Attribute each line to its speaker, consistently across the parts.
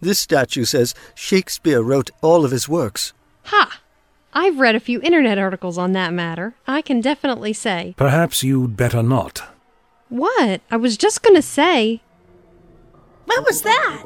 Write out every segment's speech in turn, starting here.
Speaker 1: This statue says Shakespeare wrote all of his works.
Speaker 2: Ha! I've read a few internet articles on that matter. I can definitely say.
Speaker 3: Perhaps you'd better not.
Speaker 2: What? I was just gonna say.
Speaker 4: What was that?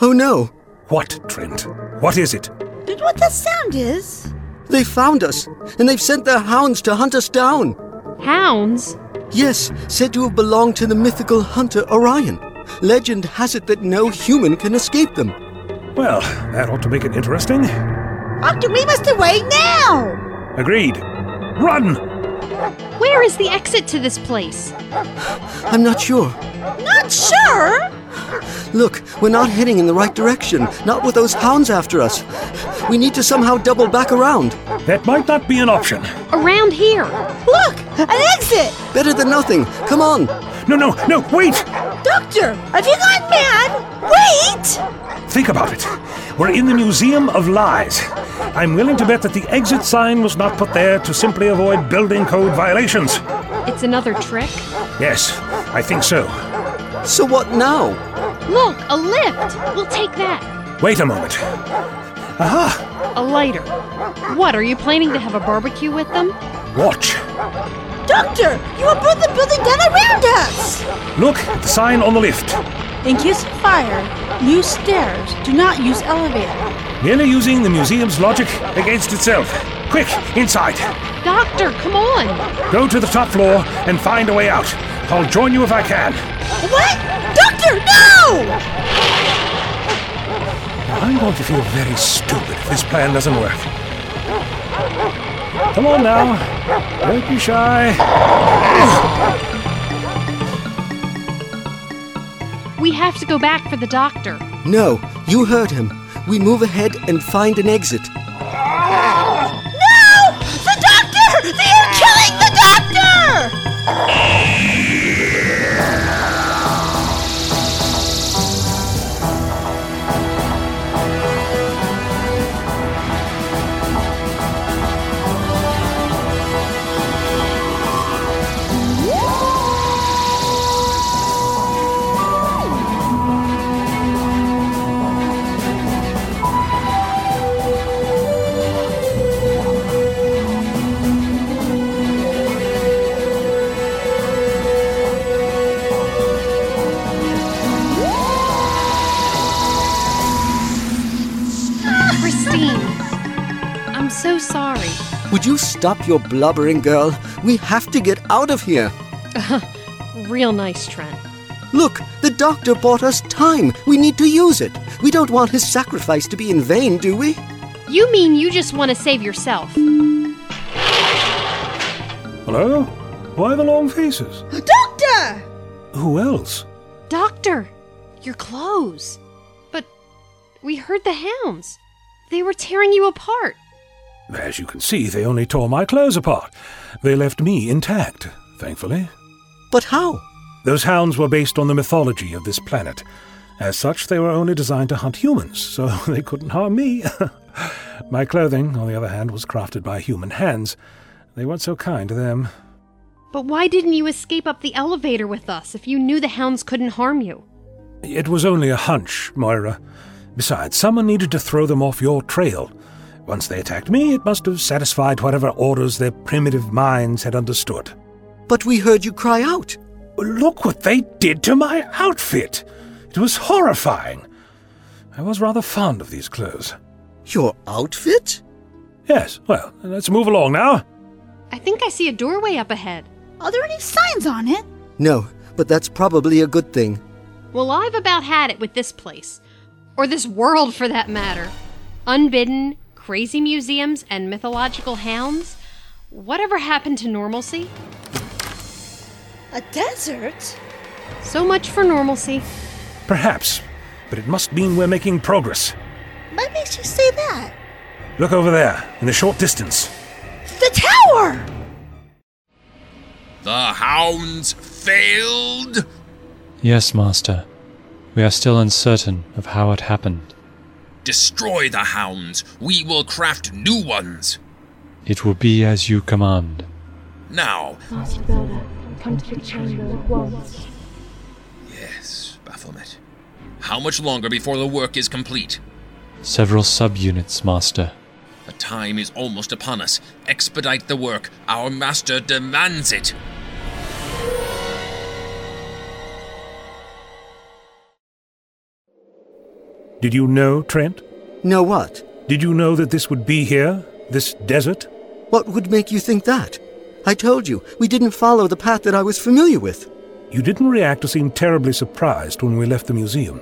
Speaker 1: Oh no!
Speaker 3: What, Trent? What is it?
Speaker 4: Do you know what that sound is?
Speaker 1: They found us, and they've sent their hounds to hunt us down.
Speaker 2: Hounds?
Speaker 1: Yes, said to have belonged to the mythical hunter Orion. Legend has it that no human can escape them.
Speaker 3: Well, that ought to make it interesting.
Speaker 4: Octo, we must away now!
Speaker 3: Agreed. Run!
Speaker 2: Where is the exit to this place?
Speaker 1: I'm not sure.
Speaker 4: Not sure!
Speaker 1: Look, we're not heading in the right direction, not with those hounds after us. We need to somehow double back around.
Speaker 3: That might not be an option.
Speaker 2: Around here.
Speaker 4: Look! An exit!
Speaker 1: Better than nothing. Come on.
Speaker 3: No, no, no, wait!
Speaker 4: Doctor, have you gone mad? Wait!
Speaker 3: Think about it. We're in the Museum of Lies. I'm willing to bet that the exit sign was not put there to simply avoid building code violations.
Speaker 2: It's another trick.
Speaker 3: Yes, I think so.
Speaker 1: So what now?
Speaker 2: Look, a lift. We'll take that.
Speaker 3: Wait a moment. Aha!
Speaker 2: A lighter. What, are you planning to have a barbecue with them?
Speaker 3: Watch.
Speaker 4: Doctor, you will burn the building down around us!
Speaker 3: Look at the sign on the lift.
Speaker 5: In case of fire, use stairs. Do not use elevator.
Speaker 3: Merely using the museum's logic against itself. Quick, inside.
Speaker 2: Doctor, come on.
Speaker 3: Go to the top floor and find a way out. I'll join you if I can.
Speaker 4: What? Doctor, no!
Speaker 3: I'm going to feel very stupid if this plan doesn't work. Come on now. Don't be shy.
Speaker 2: We have to go back for the doctor.
Speaker 1: No, you heard him. We move ahead and find an exit.
Speaker 4: No! The doctor! They are killing the doctor!
Speaker 2: Christine. I'm so sorry.
Speaker 1: Would you stop your blubbering, girl? We have to get out of here.
Speaker 2: Real nice, Trent.
Speaker 1: Look, the doctor bought us time. We need to use it. We don't want his sacrifice to be in vain, do we?
Speaker 2: You mean you just want to save yourself?
Speaker 3: Hello? Why the long faces?
Speaker 4: Doctor!
Speaker 3: Who else?
Speaker 2: Doctor, your clothes. But we heard the hounds. They were tearing you apart.
Speaker 3: As you can see, they only tore my clothes apart. They left me intact, thankfully.
Speaker 1: But how?
Speaker 3: Those hounds were based on the mythology of this planet. As such, they were only designed to hunt humans, so they couldn't harm me. my clothing, on the other hand, was crafted by human hands. They weren't so kind to them.
Speaker 2: But why didn't you escape up the elevator with us if you knew the hounds couldn't harm you?
Speaker 3: It was only a hunch, Moira. Besides, someone needed to throw them off your trail. Once they attacked me, it must have satisfied whatever orders their primitive minds had understood.
Speaker 1: But we heard you cry out.
Speaker 3: Look what they did to my outfit! It was horrifying. I was rather fond of these clothes.
Speaker 1: Your outfit?
Speaker 3: Yes, well, let's move along now.
Speaker 2: I think I see a doorway up ahead.
Speaker 5: Are there any signs on it?
Speaker 1: No, but that's probably a good thing.
Speaker 2: Well, I've about had it with this place, or this world for that matter. Unbidden, crazy museums, and mythological hounds. Whatever happened to normalcy?
Speaker 4: A desert?
Speaker 2: So much for normalcy.
Speaker 3: Perhaps, but it must mean we're making progress.
Speaker 4: What makes you say that?
Speaker 3: Look over there, in the short distance.
Speaker 4: The tower!
Speaker 6: The hounds failed?
Speaker 7: Yes, Master. We are still uncertain of how it happened.
Speaker 6: Destroy the hounds. We will craft new ones.
Speaker 7: It will be as you command.
Speaker 6: Now.
Speaker 8: Master Builder, come to the chamber at once.
Speaker 6: Yes, Baphomet. How much longer before the work is complete?
Speaker 7: Several subunits, Master.
Speaker 6: The time is almost upon us. Expedite the work. Our master demands it.
Speaker 3: Did you know, Trent?
Speaker 1: Know what?
Speaker 3: Did you know that this would be here? This desert?
Speaker 1: What would make you think that? I told you, we didn't follow the path that I was familiar with.
Speaker 3: You didn't react to seem terribly surprised when we left the museum.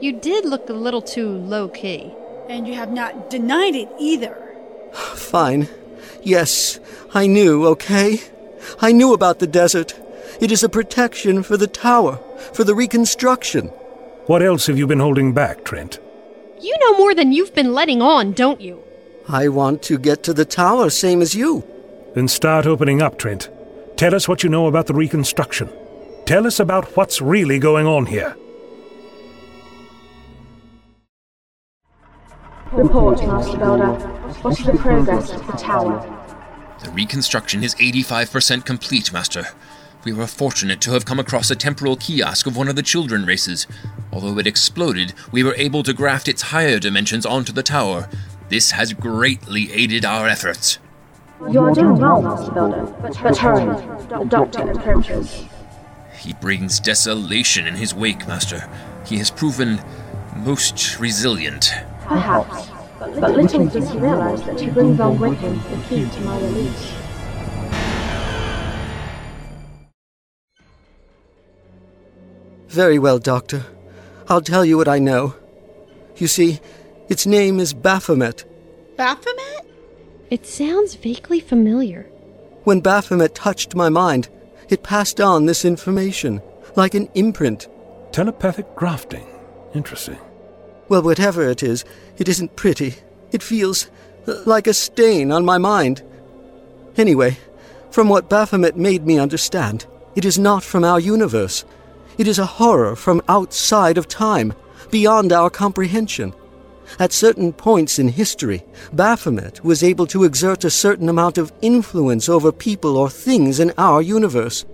Speaker 2: You did look a little too low key.
Speaker 5: And you have not denied it either.
Speaker 1: Fine. Yes, I knew, okay? I knew about the desert. It is a protection for the tower, for the reconstruction.
Speaker 3: What else have you been holding back, Trent?
Speaker 2: You know more than you've been letting on, don't you?
Speaker 1: I want to get to the tower, same as you.
Speaker 3: Then start opening up, Trent. Tell us what you know about the reconstruction. Tell us about what's really going on here.
Speaker 8: Report, Master Builder. What is the progress of the tower?
Speaker 6: The reconstruction is 85% complete, Master. We were fortunate to have come across a temporal kiosk of one of the children races. Although it exploded, we were able to graft its higher dimensions onto the tower. This has greatly aided our efforts.
Speaker 8: You are doing well, Master Builder. But hurry, the doctor approaches.
Speaker 6: He brings desolation in his wake, Master. He has proven most resilient.
Speaker 8: Perhaps. But little does he realize that he brings on with him the key to my release.
Speaker 1: Very well, Doctor. I'll tell you what I know. You see, its name is Baphomet.
Speaker 5: Baphomet?
Speaker 2: It sounds vaguely familiar.
Speaker 1: When Baphomet touched my mind, it passed on this information, like an imprint.
Speaker 3: Telepathic grafting. Interesting.
Speaker 1: Well, whatever it is, it isn't pretty. It feels uh, like a stain on my mind. Anyway, from what Baphomet made me understand, it is not from our universe. It is a horror from outside of time, beyond our comprehension. At certain points in history, Baphomet was able to exert a certain amount of influence over people or things in our universe.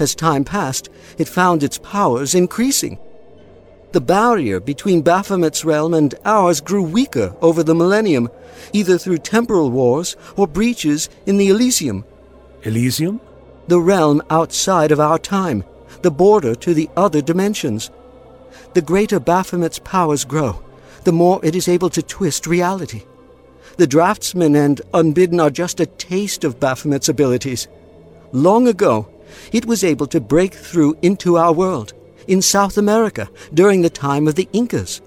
Speaker 1: As time passed, it found its powers increasing. The barrier between Baphomet's realm and ours grew weaker over the millennium, either through temporal wars or breaches in the Elysium,
Speaker 3: Elysium?
Speaker 1: the realm outside of our time, the border to the other dimensions. The greater Baphomet's powers grow, the more it is able to twist reality. The draftsman and unbidden are just a taste of Baphomet's abilities. Long ago, it was able to break through into our world, in South America, during the time of the Incas.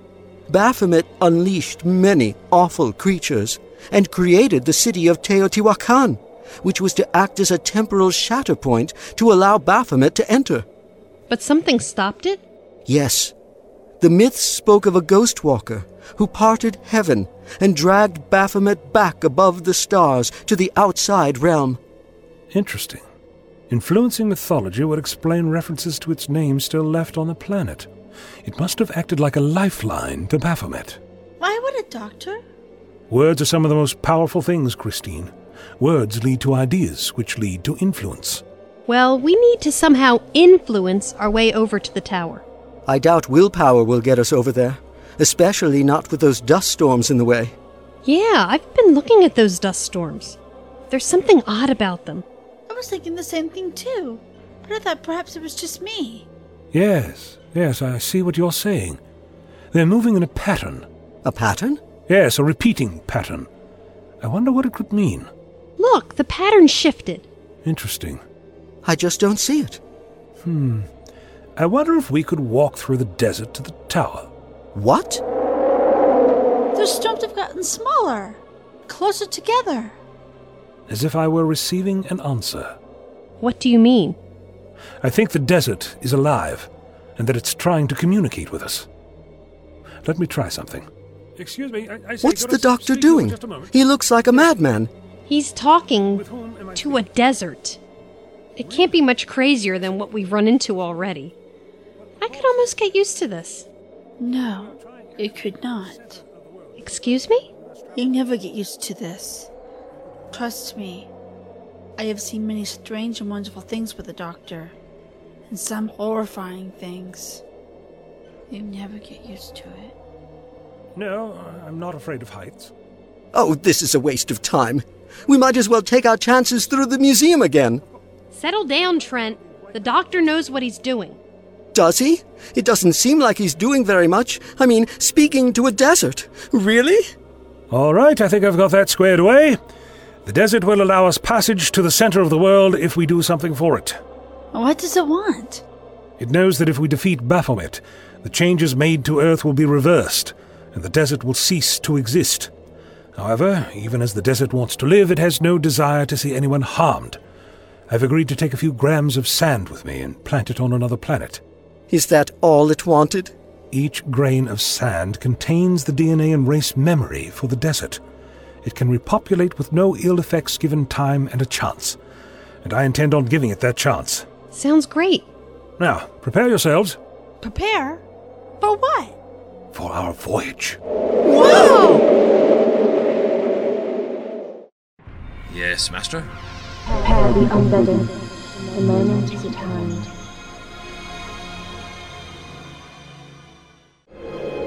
Speaker 1: Baphomet unleashed many awful creatures and created the city of Teotihuacan, which was to act as a temporal shatter point to allow Baphomet to enter.
Speaker 2: But something stopped it?
Speaker 1: Yes. The myths spoke of a ghost walker who parted heaven and dragged Baphomet back above the stars to the outside realm.
Speaker 3: Interesting. Influencing mythology would explain references to its name still left on the planet. It must have acted like a lifeline to Baphomet.
Speaker 5: Why would it, Doctor?
Speaker 3: Words are some of the most powerful things, Christine. Words lead to ideas, which lead to influence.
Speaker 2: Well, we need to somehow influence our way over to the tower.
Speaker 1: I doubt willpower will get us over there, especially not with those dust storms in the way.
Speaker 2: Yeah, I've been looking at those dust storms. There's something odd about them.
Speaker 5: I was thinking the same thing too. But I thought perhaps it was just me.
Speaker 3: Yes, yes, I see what you're saying. They're moving in a pattern.
Speaker 1: A pattern?
Speaker 3: Yes, a repeating pattern. I wonder what it could mean.
Speaker 2: Look, the pattern shifted.
Speaker 3: Interesting.
Speaker 1: I just don't see it.
Speaker 3: Hmm. I wonder if we could walk through the desert to the tower.
Speaker 1: What?
Speaker 5: Those storms have gotten smaller, closer together.
Speaker 3: As if I were receiving an answer.
Speaker 2: What do you mean?
Speaker 3: I think the desert is alive, and that it's trying to communicate with us. Let me try something. Excuse me. I, I
Speaker 1: What's the doctor doing? He looks like a madman.
Speaker 2: He's talking
Speaker 3: With whom am I
Speaker 2: to a desert. It can't be much crazier than what we've run into already. I could almost get used to this.
Speaker 5: No, it could not.
Speaker 2: Excuse me?
Speaker 5: You never get used to this. Trust me. I have seen many strange and wonderful things with the doctor, and some horrifying things. You never get used to it.
Speaker 3: No, I'm not afraid of heights.
Speaker 1: Oh, this is a waste of time. We might as well take our chances through the museum again.
Speaker 2: Settle down, Trent. The doctor knows what he's doing.
Speaker 1: Does he? It doesn't seem like he's doing very much. I mean, speaking to a desert. Really?
Speaker 3: All right, I think I've got that squared away. The desert will allow us passage to the center of the world if we do something for it.
Speaker 5: What does it want?
Speaker 3: It knows that if we defeat Baphomet, the changes made to Earth will be reversed, and the desert will cease to exist. However, even as the desert wants to live, it has no desire to see anyone harmed. I've agreed to take a few grams of sand with me and plant it on another planet.
Speaker 1: Is that all it wanted?
Speaker 3: Each grain of sand contains the DNA and race memory for the desert. It can repopulate with no ill effects given time and a chance. And I intend on giving it that chance.
Speaker 2: Sounds great.
Speaker 3: Now, prepare yourselves
Speaker 5: Prepare? For what?
Speaker 3: for our voyage.
Speaker 6: Yes, Master?
Speaker 8: Prepare the unbedding. The moment is at hand.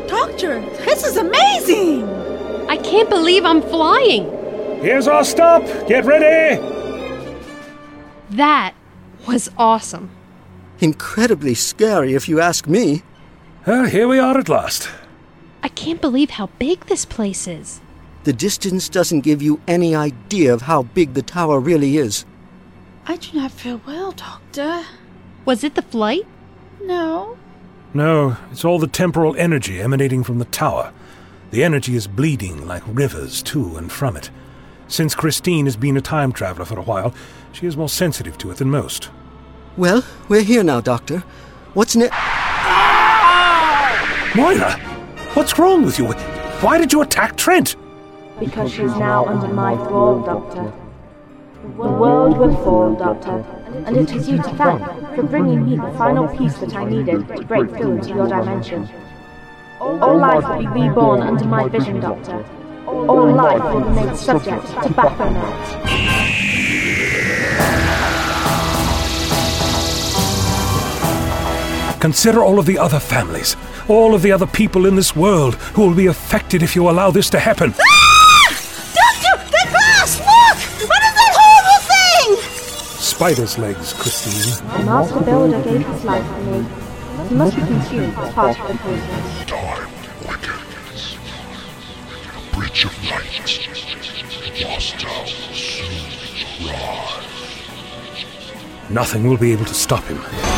Speaker 5: Doctor, this is amazing!
Speaker 2: I can't believe I'm flying.
Speaker 3: Here's our stop! Get ready!
Speaker 2: That was awesome.
Speaker 1: Incredibly scary, if you ask me.
Speaker 3: Well, Uh, here we are at last.
Speaker 2: I can't believe how big this place is.
Speaker 1: The distance doesn't give you any idea of how big the tower really is.
Speaker 5: I do not feel well, Doctor.
Speaker 2: Was it the flight?
Speaker 5: No.
Speaker 3: No, it's all the temporal energy emanating from the tower. The energy is bleeding like rivers to and from it. Since Christine has been a time traveler for a while, she is more sensitive to it than most.
Speaker 1: Well, we're here now, Doctor. What's next?
Speaker 3: Moira! What's wrong with you? Why did you attack Trent?
Speaker 8: Because she's now under my thrall, Doctor. The world will fall, Doctor. And it is you to thank for bringing me the final piece that I needed to break through into your dimension. All life will be reborn under my vision, Doctor. All life will remain subject to Baphomet.
Speaker 3: Consider all of the other families, all of the other people in this world who will be affected if you allow this to happen.
Speaker 5: Ah! Doctor, the glass! Look! What is that horrible thing?
Speaker 3: Spider's legs, Christine.
Speaker 8: The Master Builder gave his life for me. He must be consumed as part of the process.
Speaker 9: time awakens. A bridge of light. Lost out soon rise.
Speaker 3: Nothing will be able to stop him.